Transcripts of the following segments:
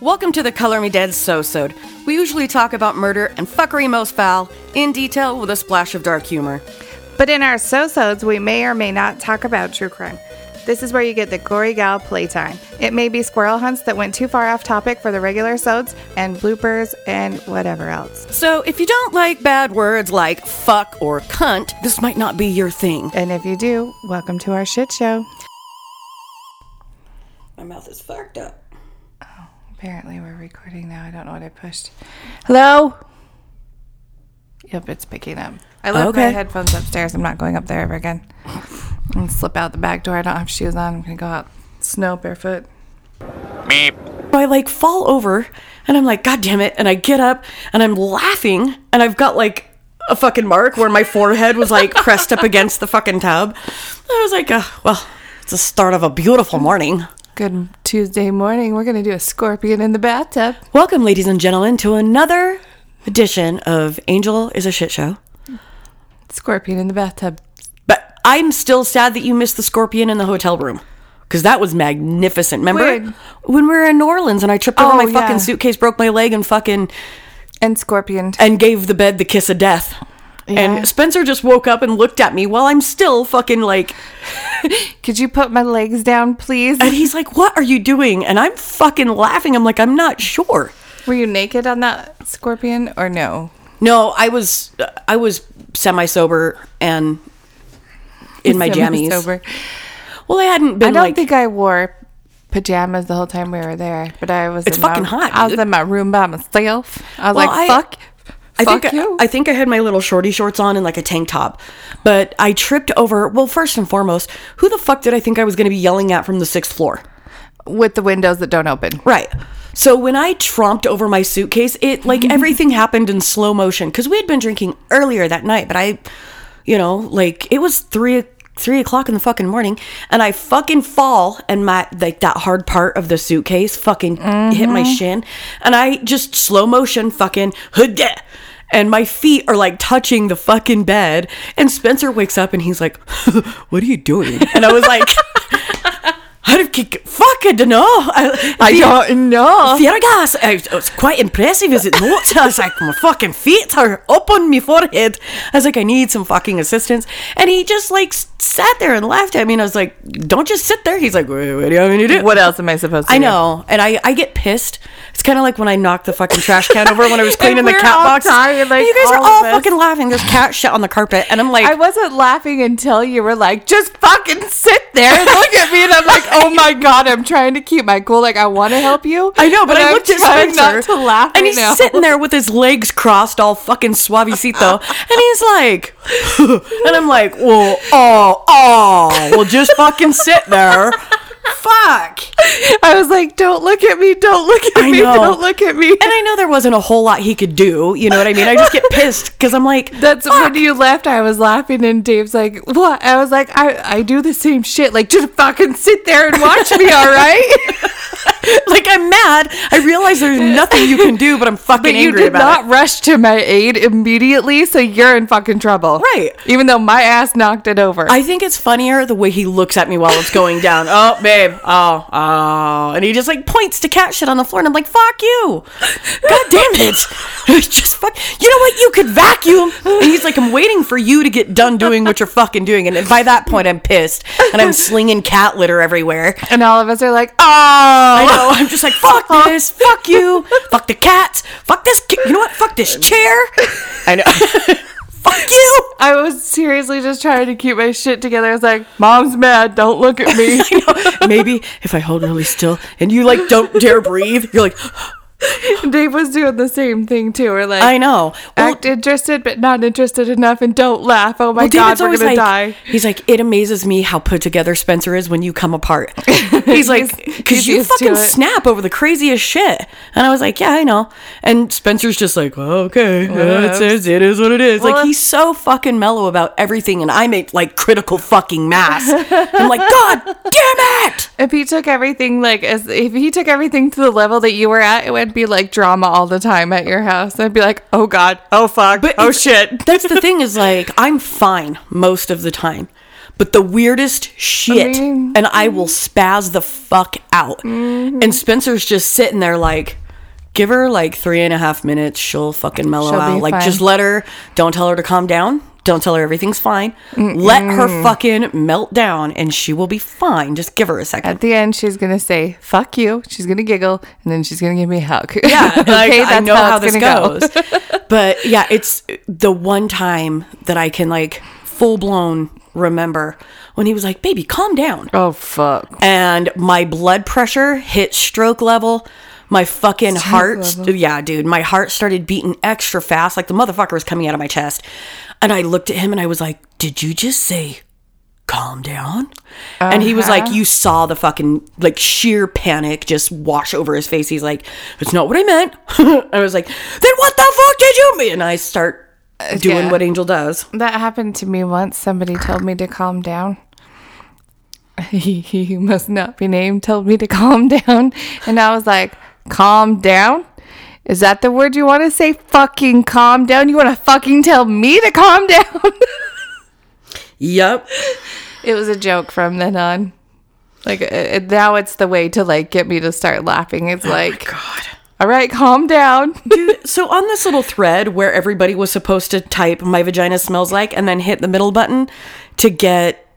Welcome to the Color Me Dead So-Sode. We usually talk about murder and fuckery most foul, in detail with a splash of dark humor. But in our so-sodes, we may or may not talk about true crime. This is where you get the gory gal playtime. It may be squirrel hunts that went too far off topic for the regular sodes and bloopers and whatever else. So if you don't like bad words like fuck or cunt, this might not be your thing. And if you do, welcome to our shit show. My mouth is fucked up. Apparently we're recording now. I don't know what I pushed. Hello? Yep, it's picking up. I left my Okay. headphones upstairs. I'm not going up there ever again. And slip out the back door. I don't have shoes on. I'm gonna go out snow barefoot. I like fall over and I'm like, God damn it. And I get up and I'm laughing and I've got like a fucking mark where my forehead was like pressed up against the fucking tub. I was like, uh, well, it's the start of a beautiful morning. Good Tuesday morning. We're gonna do a scorpion in the bathtub. Welcome, ladies and gentlemen, to another edition of Angel is a Shit Show. Scorpion in the bathtub. But I'm still sad that you missed the scorpion in the hotel room. Because that was magnificent. Remember When? when we were in New Orleans and I tripped over Oh, my yeah. fucking suitcase, broke my leg, and fucking And scorpion. and gave the bed the kiss of death. Yeah. And Spencer just woke up and looked at me while I'm still fucking like, Could you put my legs down, please? and he's like, "What are you doing?" And I'm fucking laughing. I'm like, "I'm not sure." Were you naked on that scorpion or no? No, I was, I was semi sober and in my jammies. Sober. Well, I hadn't been I don't like think I wore pajamas the whole time we were there, but I was. It's in my- fucking hot, I was dude. in my room by myself. I was Well, like, I- fuck. I fuck think you. I think I had my little shorty shorts on and like a tank top, but I tripped over. Well, first and foremost, who the fuck did I think I was going to be yelling at from the sixth floor? with the windows that don't open. Right. So when I tromped over my suitcase, it like everything happened in slow motion because we had been drinking earlier that night. But I, you know, like it was three three o'clock in the fucking morning, and I fucking fall, and my like that hard part of the suitcase fucking hit my shin, and I just slow motion fucking "Hudeh," and my feet are like touching the fucking bed, and Spencer wakes up and he's like, "What are you doing?" And I was like. How did kick? Fuck, I don't know. I, I don't know. Fiergas, it was quite impressive, is it not? I was like, my fucking feet are up on my forehead. I was like, I need some fucking assistance. And he just like s- sat there and laughed at me. And I was like, don't just sit there. He's like, what what do you want me to do? What else am I supposed to I do? know. And I, I get pissed. It's kind of like when I knocked the fucking trash can over when I was And cleaning the we're cat all box. tired, like, you guys all are of all us. fucking laughing. There's cat shit on the carpet. And I'm like, I wasn't laughing until you were like, just fucking sit there and look at me. And I'm like, oh my God, I'm trying to keep my cool. Like, I want to help you. I know, but, I I'm looked at trying Spencer not to laugh and right he's now. sitting there with his legs crossed, all fucking suavecito, and he's like, and I'm like, well, oh, oh, well, just fucking sit there. Fuck. I was like, don't look at me. Don't look at I me. know. Don't look at me. And I know there wasn't a whole lot he could do. You know what I mean? I just get pissed because I'm like, That's when you left. I was laughing, and Dave's like, "What?" I was like, "I I do the same shit. Like, just fucking sit there and watch me, all right?" like I'm mad. I realize there's nothing you can do, but I'm fucking But you angry did about not it. rush to my aid immediately, so you're in fucking trouble, Right. Even though my ass knocked it over. I think it's funnier the way he looks at me while it's going down. Oh, babe. Oh, oh. And he just like points to cat shit on the floor. And I'm like, fuck you. God damn it. just fuck. You know what? You could vacuum. And he's like, I'm waiting for you to get done doing what you're fucking doing. And by that point, I'm pissed. And I'm slinging cat litter everywhere. and all of us are like, I "Oh, know. I'm just like, fuck this. Fuck you. Fuck the cats. Fuck this. ki- You know what? Fuck this chair. I know. fuck you. I was seriously just trying to keep my shit together." I was like, "Mom's mad. Don't look at me." I know. Maybe if I hold really still and you like don't dare breathe, you're like, Dave was doing the same thing too. We're like, I know. Well, act interested but not interested enough and don't laugh. Oh my well, god, David's we're always gonna like, die. he's like, it amazes me how put together Spencer is when you come apart. He's like, He's- because he's you used to fucking it. snap over the craziest shit. And I was like, yeah, I know. And Spencer's just like, well, okay, yeah, it is- it is what it is. Well, like he's so fucking mellow about everything, and I'm a like critical fucking mass. I'm like, god damn it. If he took everything like as if he took everything to the level that you were at, it would be like drama all the time at your house. I'd be like, oh god, oh fuck, oh it's- shit. That's the thing is like I'm fine most of the time. But the weirdest shit mean- Mm-hmm. and I will spaz the fuck out. And Spencer's just sitting there like give her like three and a half minutes. She'll fucking mellow She'll be out. Like, fine. just let her, don't tell her to calm down. Don't tell her everything's fine. Let her fucking melt down and she will be fine. Just give her a second. At the end, she's gonna say "fuck you." She's gonna giggle, and then she's gonna give me a hug. Yeah, like, I know how, this goes. but yeah, it's the one time that I can like full blown remember when he was like, baby, calm down. Oh fuck! and my blood pressure hit stroke level. My fucking heart, yeah, dude, my heart started beating extra fast. Like the motherfucker was coming out of my chest. And I looked at him and I was like, Did you just say calm down? And he was like, You saw the fucking like sheer panic just wash over his face. He's like, It's not what I meant. I was like, Then what the fuck did you mean? And I start doing yeah. what Angel does. That happened to me once. Somebody told me to calm down. He, he must not be named. Told me to calm down, and I was like, "Calm down." Is that the word you want to say? Fucking calm down. You want to fucking tell me to calm down? Yep. it was a joke from then on. Like uh, now, it's the way to like get me to start laughing. It's like, Oh God. all right, calm down. Dude, so on this little thread where everybody was supposed to type my vagina smells like and then hit the middle button to get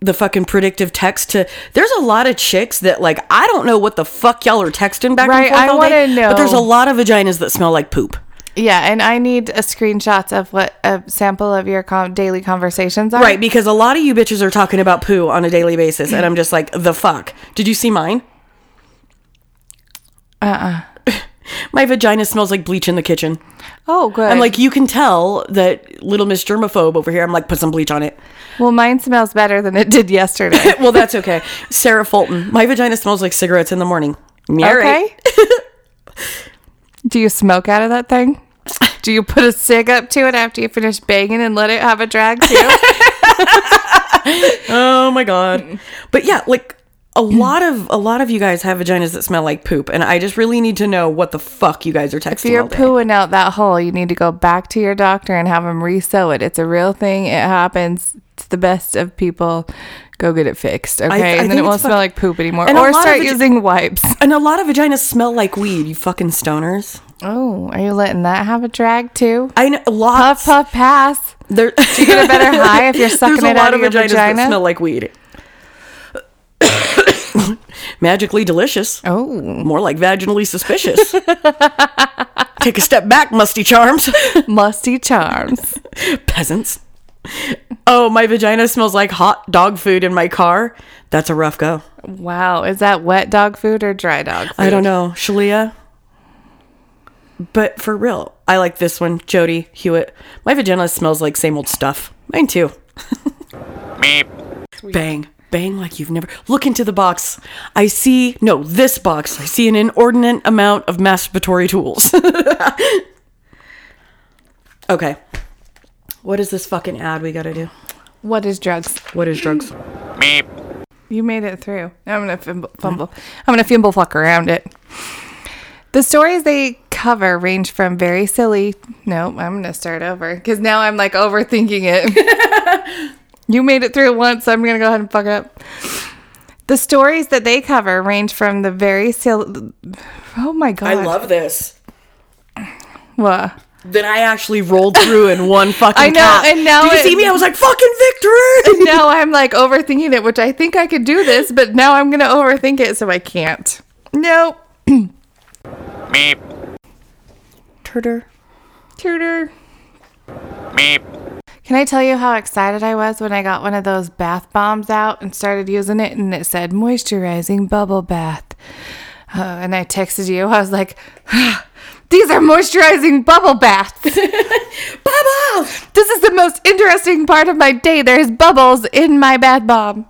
the fucking predictive text to there's a lot of chicks that like I don't know what the fuck y'all are texting back Right, and forth I all wanna day, know. But there's a lot of vaginas that smell like poop. Yeah, and I need a screenshot of what a sample of your com- daily conversations are. Right, because a lot of you bitches are talking about poo on a daily basis and I'm just like, "The fuck? Did you see mine?" Uh-uh. my vagina smells like bleach in the kitchen. Oh, good. I'm like, you can tell that little Miss Germaphobe over here. I'm like, put some bleach on it. well, mine smells better than it did yesterday. well, that's okay. Sarah Fulton. My vagina smells like cigarettes in the morning. All right. okay. Do you smoke out of that thing? Do you put a cig up to it after you finish banging and let it have a drag too? Oh my god. But yeah, like a lot of a lot of you guys have vaginas that smell like poop, and I just really need to know what the fuck you guys are texting. if you're all day. pooing out that hole, you need to go back to your doctor and have him re-sew it. It's a real thing. It happens. It's the best of people. Go get it fixed, okay? I and then think it won't it's smell fuck- like poop anymore. And a Or lot of start it- using wipes. And a lot of vaginas smell like weed. You fucking stoners. Oh, are you letting that have a drag too? I know lots. Puff, puff, pass. There, You get a better high if you're sucking there's a it lot out of of your vaginas that vagina. smell like weed. Magically delicious. oh, More like vaginally suspicious. Take a step back, musty charms. musty charms. Peasants. Oh, my vagina smells like hot dog food in my car. That's a rough go. Wow, is that wet dog food or dry dog? Food? I don't know. Shalia. But for real, I like this one. Jody Hewitt. My vagina smells like same old stuff. Mine too. Bang. Bang like you've never. Look into the box. I see, no, this box. I see an inordinate amount of masturbatory tools. okay. What is this fucking ad we gotta do? What is drugs? What is drugs? You made it through. I'm gonna fumble. fumble. I'm gonna fumble fuck around it. The stories they cover range from very silly. No, I'm gonna start over because now I'm like overthinking it. you made it through once. so I'm gonna go ahead and fuck up. The stories that they cover range from the very silly. Oh my god! I love this. What? Then I actually rolled through in one fucking. I know, cap. and now Did you it- see me? I was like, "Fucking victory!" now I'm like overthinking it, which I think I could do this, but now I'm gonna overthink it, so I can't. Nope. Turter. Tutor. Can I tell you how excited I was when I got one of those bath bombs out and started using it and it said moisturizing bubble bath? Uh, and I texted you. I was like, "Ah, these are moisturizing bubble baths. bubble! This is the most interesting part of my day. There's bubbles in my bath bomb.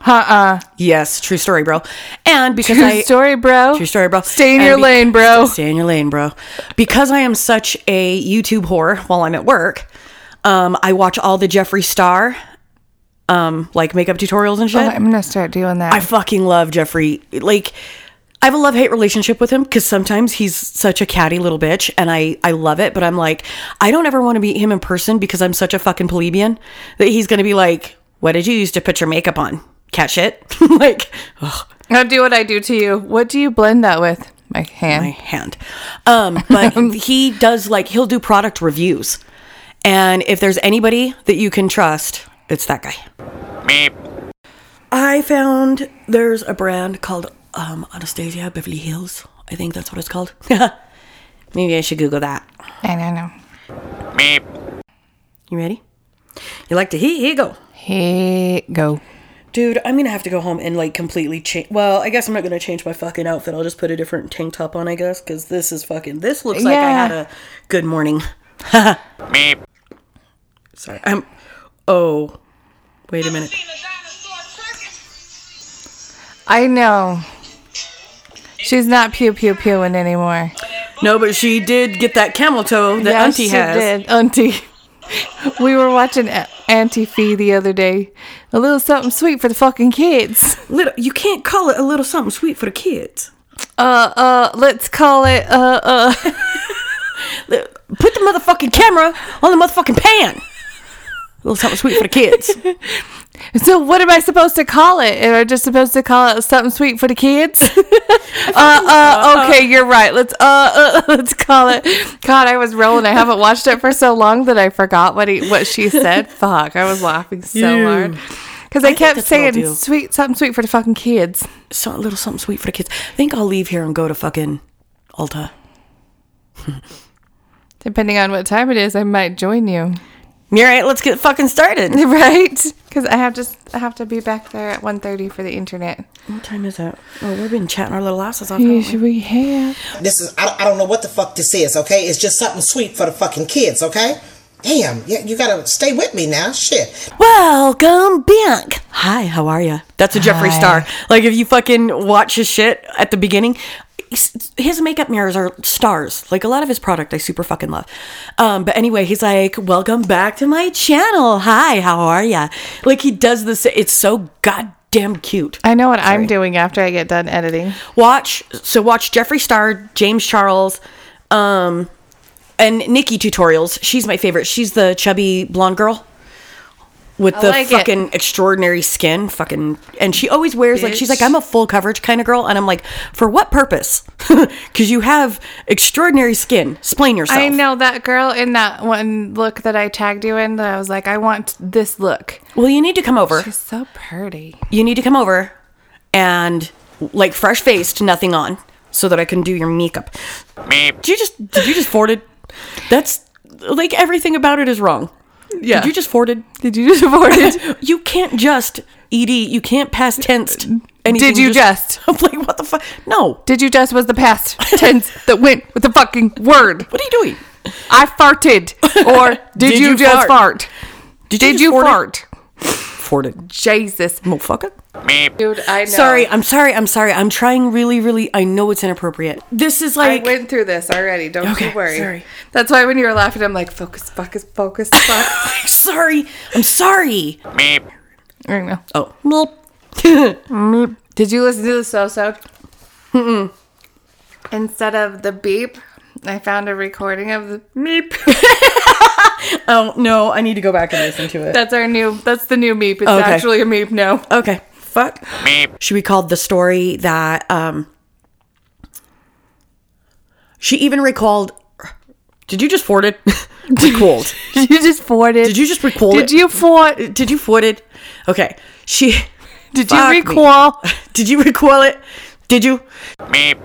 Uh uh Yes, true story, bro. And because True I story, bro. true story, bro. Stay in And your be- lane, bro. Stay in your lane, bro. Because I am such a YouTube whore while I'm at work, um, I watch all the Jeffree Star, um, like makeup tutorials and shit. I'm going to start doing that. I fucking love Jeffrey. Like, I have a love hate relationship with him because sometimes he's such a catty little bitch and I, I love it, but I'm like, I don't ever want to meet him in person because I'm such a fucking plebeian that he's going to be like, What did you use to put your makeup on? Catch it? like, ugh. I'll do what I do to you. What do you blend that with? My hand. my hand. Um, but he does like he'll do product reviews, and if there's anybody that you can trust, it's that guy. Meep. I found there's a brand called um, Anastasia Beverly Hills. I think that's what it's called. Maybe I should Google that. I don't know. Meep. You ready? You like to heat? Here you go. Hey, go. Dude, I'm gonna have to go home and like completely change. Well, I guess I'm not gonna change my fucking outfit. I'll just put a different tank top on, I guess, because this is fucking. This looks like I had Yeah. a good morning. Meep. Sorry, I'm. Oh, wait a minute. I know. She's not pew pew pewing anymore. No, but she did get that camel toe that Auntie she has. did. Auntie. We were watching A- Auntie Fee the other day. A little something sweet for the fucking kids. Little, you can't call it a little something sweet for the kids. Uh, uh, let's call it, uh, uh. Put the motherfucking camera on the motherfucking pan. A little something sweet for the kids. So what am I supposed to call it? Am I just supposed to call it something sweet for the kids? uh, uh, okay, you're right. Let's uh, uh, let's call it. God, I was rolling. I haven't watched it for so long that I forgot what he, what she said. Fuck, I was laughing so hard because I, kept that's what I'll saying do. sweet something sweet for the fucking kids. so, a little something sweet for the kids. I think I'll leave here and go to fucking Alta. Depending on what time it is, I might join you. All right, let's get fucking started. Right? Because I have just I have to be back there at 1.30 for the internet. What time is it? Oh, we've been chatting our little asses off. haven't we? Usually we have. This is, I, I don't know what the fuck this is, okay? It's just something sweet for the fucking kids, okay? Damn, you, you gotta stay with me now. Shit. Welcome back. Hi, how are you? That's a Jeffree Hi. Star. Like if you fucking watch his shit at the beginning, his his makeup mirrors are stars. Like a lot of his product, I super fucking love. Um, but anyway, he's like, "Welcome back to my channel. Hi, how are ya?" Like he does this. It's so goddamn cute. I know what I'm doing after I get done editing. Watch so watch Jeffree Star, James Charles, um, and Nikki tutorials. She's my favorite. She's the chubby blonde girl with the like it. fucking extraordinary skin. Fucking and she always wears like she's like I'm a full coverage kind of girl, and I'm like for what purpose? Because you have extraordinary skin. Explain yourself. I know that girl in that one look that I tagged you in that I was like, I want this look. Well, you need to come over. She's so pretty. you need to come over and like fresh faced, nothing on, so that I can do your makeup. Did you just did you just forward it? That's like everything about it is wrong. Yeah. Did you just forward it? Did you just afford it? You can't just ed. You can't past tense. Anything Did you just? I'm like, what the fuck? No. Did you just was the past tense that went with the fucking word? What are you doing? I farted. Or did, Did you, you just fart? fart? Did Did just you forward it? fart? Forward it, Jesus. motherfucker. Dude, I know. Sorry, I'm sorry, I'm sorry. I'm trying really, really. I know it's inappropriate. This is I like went through this already. Don't Okay, you worry. sorry. That's why when you were laughing, I'm like, focus, focus, focus, fuck. sorry. I'm sorry. Meep. I know. Oh, well. Did you listen to the so so? Instead of the beep, I found a recording of the meep. Oh no, I need to go back and listen to it. That's our new. That's the new meep. It's Okay. actually a meep now. okay. Fuck. Meep. She recalled the story that um she even recalled Did you just ford it? recalled. you just forwarded. Did you just recall it? fort? Did you ford it? Okay. She Did Fuck me. recall? Did you recall it? Did you? Meep.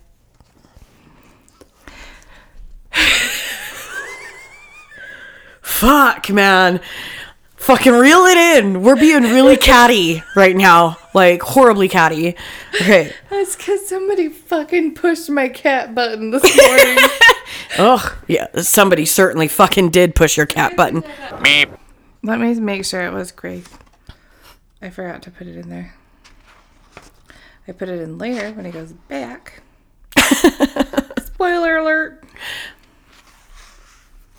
Fuck, man. Fucking reel it in. We're being really catty right now. Like horribly catty. Okay. That's because somebody fucking pushed my cat button this morning. Ugh. Yeah, somebody certainly fucking did push your cat button. Meep. Let me make sure it was great. I forgot to put it in there. I put it in later when he goes back. Spoiler alert.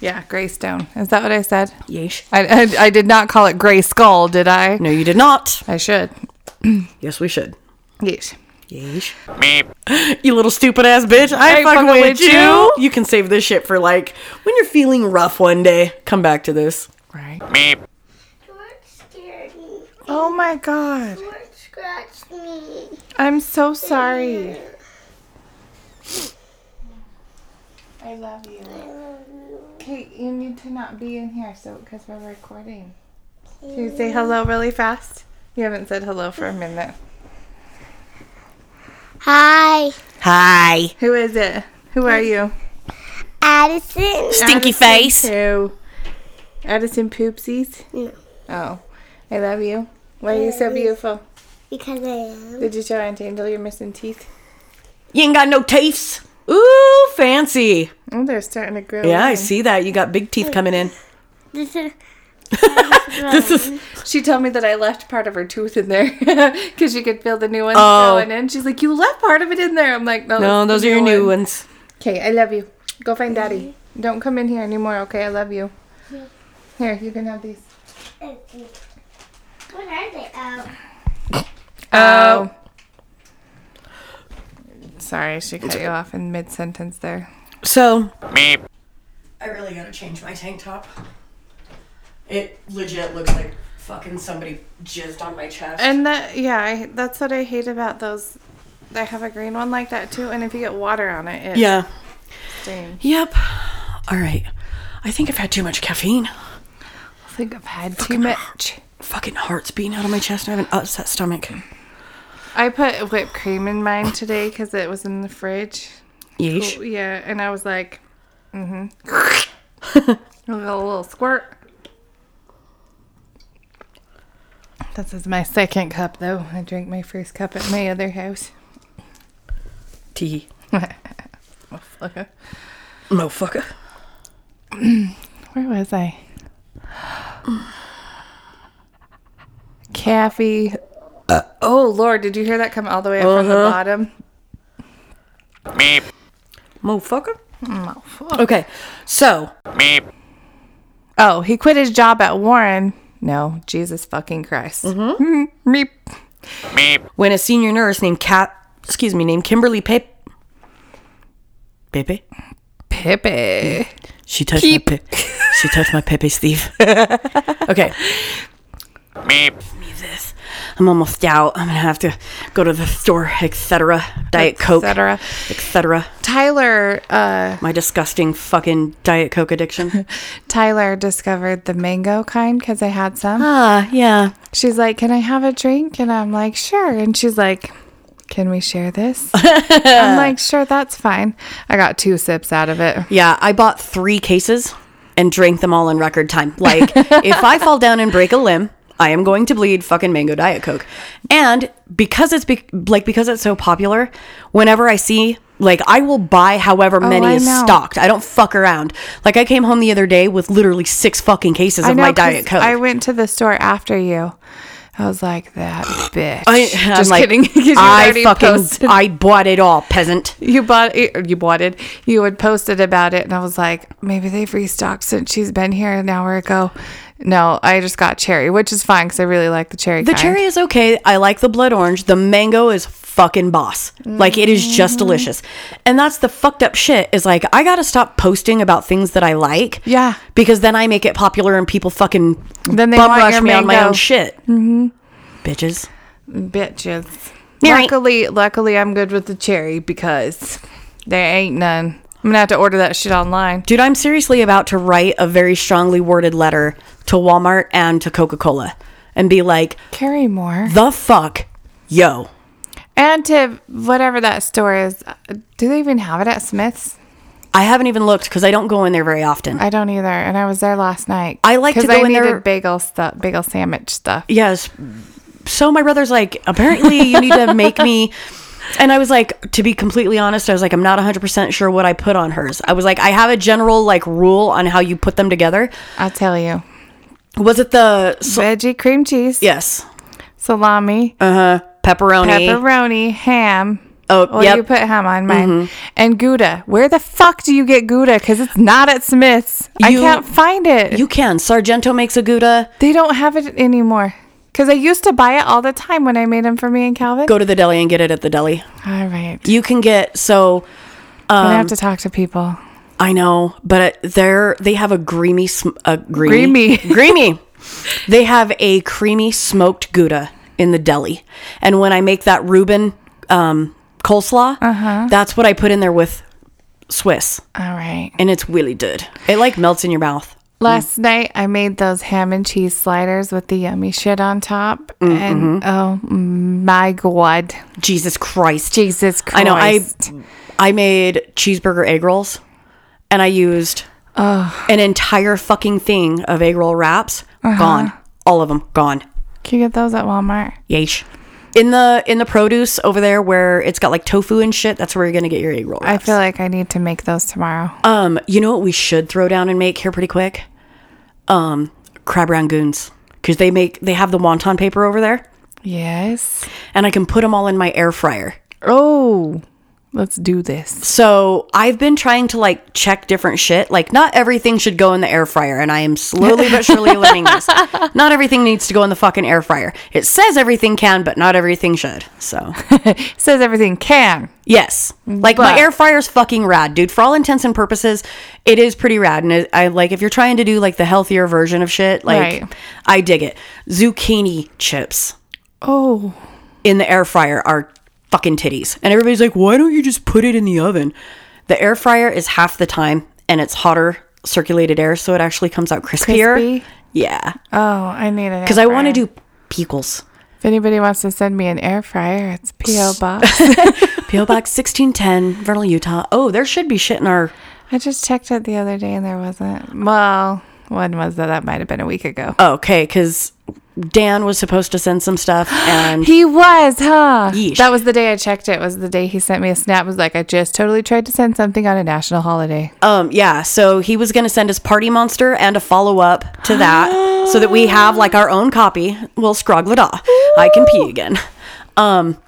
Yeah, Greystone. Is that what I said? Yeesh. I, I, I did not call it Grey Skull, did I? No, you did not. I should. Yes, we should. Yes. Yeesh. Meep. You little stupid ass bitch. I, I fucking fucking with with you. you. You can save this shit for like when you're feeling rough one day. Come back to this. Right. Meep. George scared me. Oh my god. George scratched me. I'm so sorry. I love you. Kate, you need to not be in here so because we're recording. Can you say hello really fast? You haven't said hello for a minute. Hi, Hi. Who is it? Who are you? Addison. Stinky face. Who? Addison Poopsies? No, Oh, I love you. Why are you so beautiful? because I am. Did you show Aunt Angel you're missing teeth? You ain't got no teeth. Ooh, fancy. Oh, they're starting to grow. Yeah, I in. see that. You got big teeth coming in. This is This is She told me that I left part of her tooth in there because you could feel the new one Oh. going in. She's like, "You left part of it in there." I'm like, "No, no, those are your new ones. Okay, I love you. Go find Daddy. Don't come in here anymore. Okay, I love you. Here, you can have these. What are they? Oh, Oh. Sorry, she cut you off in mid sentence there. So meep. I really gotta change my tank top. It legit looks like fucking somebody jizzed on my chest. And that, yeah, I, that's what I hate about those. I have a green one like that too, and if you get water on it, it yeah. stings. Yep. All right. I think I've had too much caffeine. I think I've had too much. Fucking heart's beating out of my chest, and I have an upset stomach. I put whipped cream in mine today because it was in the fridge. Oh, Yeesh. Yeah, and I was like, mm-hmm. a little, little squirt. This is my second cup, though. I drank my first cup at my other house. Tea, Where motherfucker. was I? Caffey. oh, Lord, did you hear that come all the way up from the Uh-huh. bottom? Meep. Motherfucker. Okay. So Meep. Oh, he quit his job at Warren. No, Jesus fucking Christ. Mm-hmm. Meep. Meep. when a senior nurse named Cat, excuse me, named Kimberly Pepe. Pepe. Pippi. She touched my Pepe. She touched my Pepe, Steve. okay. Meep. This. I'm almost out. I'm gonna have to go to the store, etc. Diet Coke, Etc. etc. Tyler uh, My disgusting fucking Diet Coke addiction. Tyler discovered the mango kind because I had some. Ah, yeah. She's like, "Can I have a drink?" And I'm like, "Sure." And she's like, "Can we share this?" I'm like, "Sure, that's fine." I got two sips out of it. Yeah, I bought three cases and drank them all in record time. Like, if I fall down and break a limb, I am going to bleed fucking mango diet coke. And because it's be- like because it's so popular, whenever I see like I will buy however many Oh, I is know. stocked. I don't fuck around. Like I came home the other day with literally six fucking cases of know, my 'cause diet coke. I went to the store after you. I was like, "That bitch." I, I'm Just like, kidding. 'cause you I already fucking posted. I bought it all, peasant. you bought it, you bought it. You had posted about it, and I was like, maybe they've restocked since she's been here an hour ago. No, I just got cherry, which is fine because I really like the cherry. The cherry is okay. I like the blood orange. The mango is fucking boss. Like it is just Mm-hmm. delicious. And that's the fucked up shit is like I got to stop posting about things that I like. Yeah. Because then I make it popular and people fucking Then they bum want rush your me on my mango. Mm-hmm. own shit. Mhm. Bitches. bitches. Right. Luckily, luckily, I'm good with the cherry because there ain't none. I'm gonna have to order that shit online. Dude, I'm seriously about to write a very strongly worded letter to Walmart and to Coca-Cola and be like, Carry more "The fuck, yo." and to whatever that store is. uh, Do they even have it at Smith's? I haven't even looked cuz I don't go in there very often. I don't either. And I was there last night. I like to 'Cause go I in needed there- bagel stuff, bagel sandwich stuff. yes. So my brother's like, apparently you need to make me. And I was like, to be completely honest, I was like, I'm not 100% sure what I put on hers. I was like, I have a general like rule on how you put them together. I'll tell you. Was it the so- Veggie cream cheese, yes, salami, pepperoni? pepperoni, ham. Oh, Well, yep. Mm-hmm. you put ham on mine. And Gouda. Where the fuck do you get Gouda? Because it's not at Smith's. I You- can't find it. you can. Sargento makes a gouda. they don't have it anymore. Because I used to buy it all the time when I made them for me and Calvin. Go to the deli and get it at the deli. all right. You can get so I'm going to have um, to talk to people. I know, but uh, they're they have a creamy sm- a Creamy. creamy creamy. They have a creamy smoked gouda in the deli, and when I make that Reuben um, coleslaw, that's what I put in there with Swiss, All right. and it's really good. It like melts in your mouth. Mm-hmm. Last night I made those ham and cheese sliders with the yummy shit on top, and Mm-hmm. oh my god, Jesus Christ. Jesus Christ! I know. I I made cheeseburger egg rolls, and I used an entire fucking thing of egg roll wraps. Gone. All of them gone. can you get those at Walmart? Yeesh. In the in the produce over there where it's got like tofu and shit, that's where you're gonna get your egg roll. I wraps. feel like I need to make those tomorrow. Um, you know what we should throw down and make here pretty quick? Um, crab rangoons. Because they make they have the wonton paper over there, yes. and I can put them all in my air fryer. Oh, let's do this. So I've been trying to like check different shit. Like not everything should go in the air fryer, and I am slowly but surely learning this. Not everything needs to go in the fucking air fryer. It says everything can, but not everything should. So Says everything can. yes, like my Mm-hmm. But- air fryer's fucking rad, dude. For all intents and purposes, it is pretty rad. And it, I like if you're trying to do like the healthier version of shit, like Right. I dig it. Zucchini chips Oh, in the air fryer are fucking titties. And everybody's like, why don't you just put it in the oven? The air fryer is half the time and it's hotter circulated air, so it actually comes out crispier. Crispy? Yeah. oh, I need it Because I want to do pickles. If anybody wants to send me an air fryer, it's PO box. P.O. Box 1610, Vernal, Utah. Oh, there should be shit in our. I just checked it the other day and there wasn't. Well, when was that? That might have been a week ago. Oh, okay, because Dan was supposed to send some stuff and. He was, huh? Yeesh. That was the day I checked it. Was the day he sent me a snap. Was like, I just totally tried to send something on a national holiday. Um, yeah, so he was going to send us Party Monster and a follow up to that so that we have like our own copy. We'll scroggle it off. I can pee again. Um,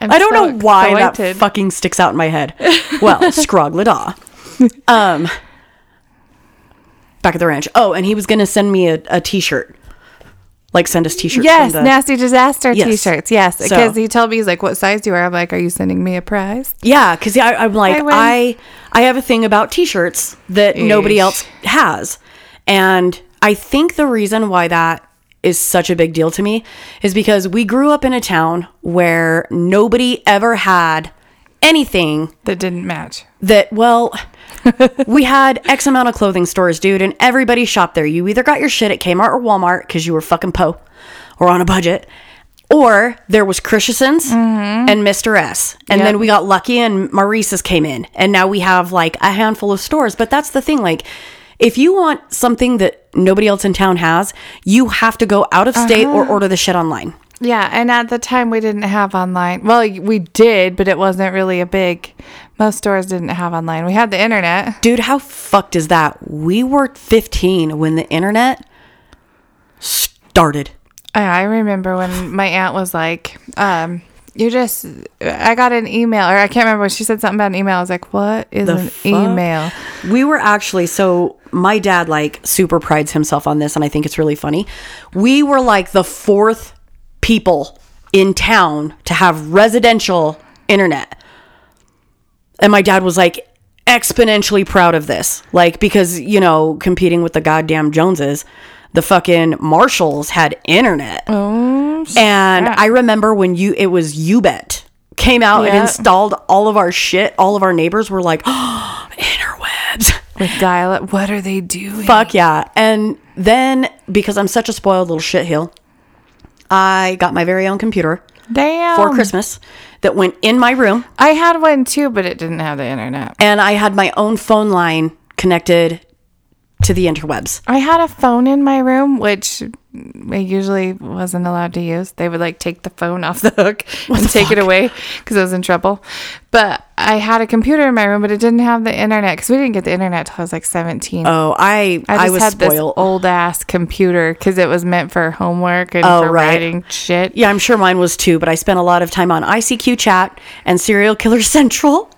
I'm I don't so know why excited. that fucking sticks out in my head. Well, scroglada. Um, back at the ranch. Oh, and he was going to send me a, a t-shirt. Like send us t-shirts. from Yes, the- nasty disaster Yes. T-shirts. Yes, So- because he told me he's like, "What size do you wear?" I'm like, "Are you sending me a prize?" Yeah, because yeah, I- I'm like I win. I, I have a thing about t-shirts that nobody Eesh. else has, and I think the reason why that is such a big deal to me is because we grew up in a town where nobody ever had anything That didn't match. that well we had x amount of clothing stores dude and everybody shopped there you either got your shit at kmart or walmart because you were fucking po or on a budget or there was christensen's and mr s and then we got lucky and maurice's came in and now we have like a handful of stores but that's the thing like if you want something that nobody else in town has you have to go out of state or order the shit online Yeah, and at the time we didn't have online. Well, y- we did, but it wasn't really a big. Most stores didn't have online. We had the internet. Dude, how fucked is that? We were 15 when the internet started. I- I remember when my aunt was like, um, you just, I got an email, or I can't remember. She said something about an email. I was like, what is an fuck? email? We were actually, so my dad like super prides himself on this, and I think it's really funny. We were like the fourth people in town to have residential internet. And my dad was like exponentially proud of this, like because, you know, competing with the goddamn Joneses. The fucking Marshalls had internet. And I remember when you it was Ubet came out and Yeah. installed all of our shit. All of our neighbors were like, oh, interwebs. With dial up, what are they doing? Fuck yeah. And then because I'm such a spoiled little shitheel, I got my very own computer Damn. for Christmas that went in my room I had one too, but it didn't have the internet. and I had my own phone line connected to the interwebs. I had a phone in my room, which I usually wasn't allowed to use. They would like take the phone off the hook and take it away because I was in trouble. But I had a computer in my room, but it didn't have the internet because we didn't get the internet till I was like 17. Oh, I I, I just was had spoiled. this old ass computer because it was meant for homework and Oh, for right. writing shit. Yeah, I'm sure mine was too, but I spent a lot of time on ICQ chat and Serial Killer Central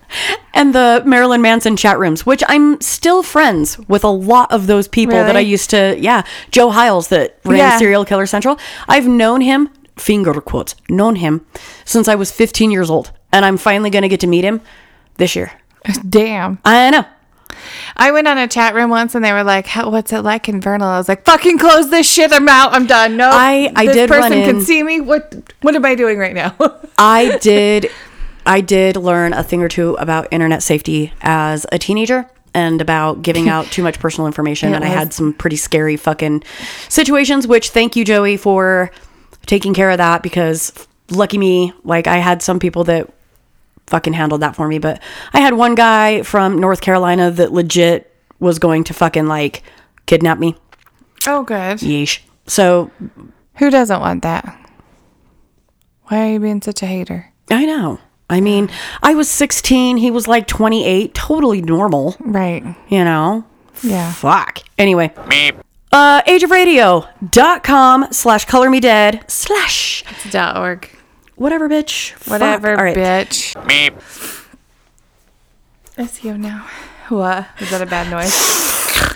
and the Marilyn Manson chat rooms, which I'm still friends with a lot of those people that I Really? used to, yeah, Joe Hiles that ran Yeah. Serial Killer Central. I've known him, finger quotes, known him since I was 15 years old, and I'm finally going to get to meet him this year. Damn. I know. I went on a chat room once and they were like, How, "What's it like in Vernal?" I was like, "Fucking close this shit. I'm out. I'm done. No, I- I this did run person in- can see me. What What am I doing right now?" I did I did learn a thing or two about internet safety as a teenager and about giving out too much personal information. and I had some pretty scary fucking situations, which thank you, Joey, for taking care of that because lucky me, like I had some people that fucking handled that for me. But I had one guy from North Carolina that legit was going to fucking like kidnap me. Oh, good. Yeesh. So Who doesn't want that? Why are you being such a hater? I know. I mean, I was 16. He was like 28. Totally normal, Right. you know? Yeah. Fuck. Anyway, meep, uh, ageofradio.com slash color me dead slash Dot org. whatever, bitch. Fuck. Whatever, All right. bitch. meep. It's you now. What? Is that a bad noise?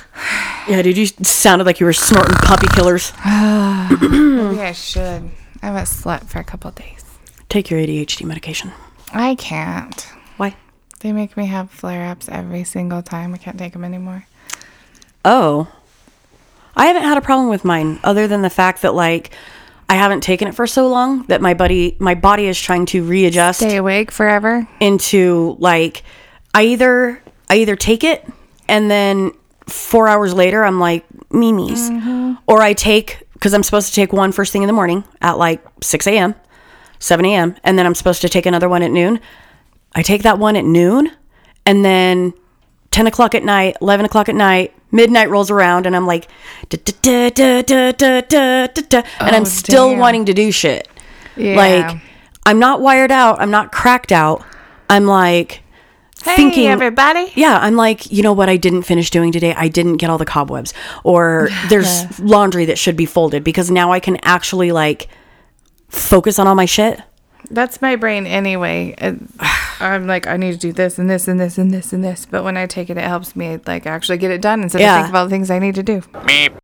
Yeah, dude, you sounded like you were snorting puppy killers. Maybe I should. I haven't slept for a couple days. Take your ADHD medication. I can't. Why? They make me have flare ups every single time. I can't take them anymore. Oh. I haven't had a problem with mine other than the fact that, like, I haven't taken it for so long that my buddy, my body is trying to readjust. Stay awake forever. into like I either I either take it and then four hours later I'm like memes, or I take because I'm supposed to take one first thing in the morning at like six a.m., seven a.m., and then I'm supposed to take another one at noon. I take that one at noon, and then ten o'clock at night, eleven o'clock at night, midnight rolls around, and I'm like, "Da, da, da, da, da, da, da, da," and I'm still damn. wanting to do shit. Yeah. Like, I'm not wired out. I'm not cracked out. I'm like hey, thinking. everybody. yeah, I'm like, you know what? I didn't finish doing today. I didn't get all the cobwebs, or there's laundry that should be folded because now I can actually like focus on all my shit. That's my brain anyway. It- I'm like, I need to do this and this and this and this and this. But when I take it, it helps me like actually get it done instead Yeah. of think of all the things I need to do. Meep.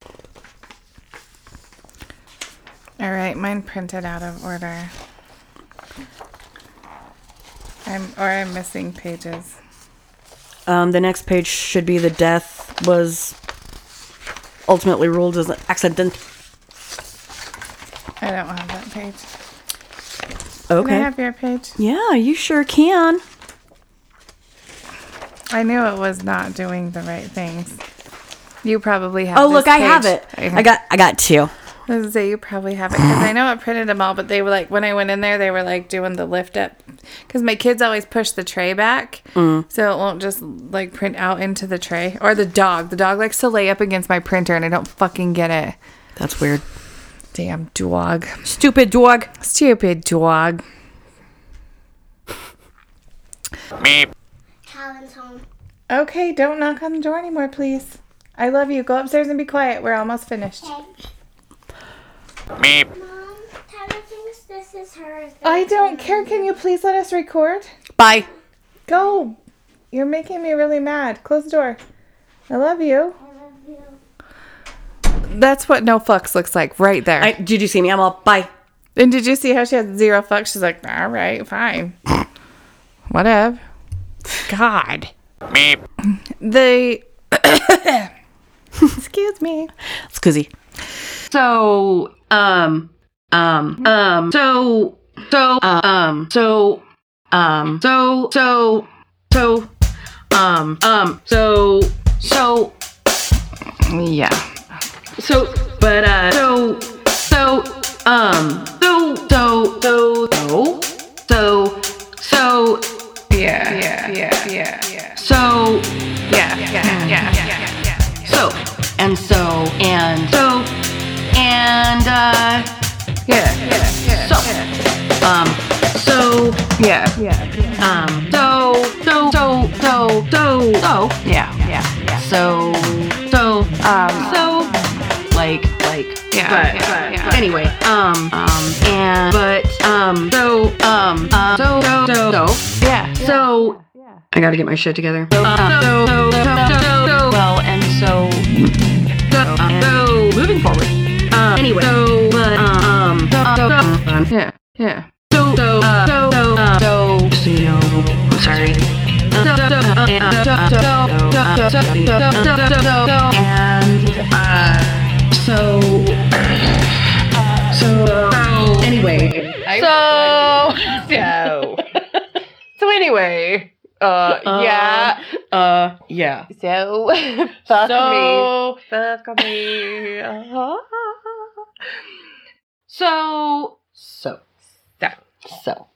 All right, mine printed out of order. I'm or I'm missing pages. Um, the next page should be the death was ultimately ruled as an accident. I don't have that page. Can I Okay. have your page? Yeah, you sure can. I knew it was not doing the right things. You probably have. Oh, look, this I have page. it. I got, I got two. I was gonna say you probably have it because I know I printed them all, but they were like when I went in there, they were like doing the lift up because my kids always push the tray back, Mm. so it won't just like print out into the tray or the dog. The dog likes to lay up against my printer, and I don't fucking get it. That's weird. Damn dog, Stupid dog. stupid dog. Meep. Colin's home. Okay, don't knock on the door anymore, please. I love you. Go upstairs and be quiet. We're almost finished. Okay. Meep. Mom, Tyler thinks this is hers. I don't care. Can you please let us record? Bye. Go. You're making me really mad. Close the door. I love you. I love you. That's what no fucks looks like right there. I, did you see me? I'm all bye. and did you see how she has zero fucks? She's like, all right, fine. Whatever. God. Meep. The. Excuse me. It's koozie. So, um, um, um, so, so, uh, um, so, um, so, so, so, um, um, so, so, yeah. So, but, uh, so, so, um, so, so, so, so, so, so, Yeah, yeah, yeah, yeah, yeah. so, Yeah, yeah, yeah, yeah, yeah. so, and so, and so, and, uh, Yeah, so, um, so, yeah, yeah. Um, so, so, so, so, so, so, Yeah, yeah, yeah. so, so, Um, so, like, like, Yeah, but, yeah, but, yeah. but anyway, um, um, and, but, um, so, um, uh, so, so, so, so, yeah. so, I gotta get my shit together. So, um, so, so, so, so, so, well, and so, so, um, so, moving forward. Um, anyway, so, but, um, um, so, so, um, Yeah, yeah. so, so, uh, so, so, uh, so, just so you know, I'm sorry. So, so, uh, and, uh, so, so, uh, so, so, so, so, so, so, so, and, uh, so, so, uh, anyway. So, so. Anyway, uh, yeah. Uh, yeah. So, fuck me. so, Fuck me. Uh-huh. so, so, so, so.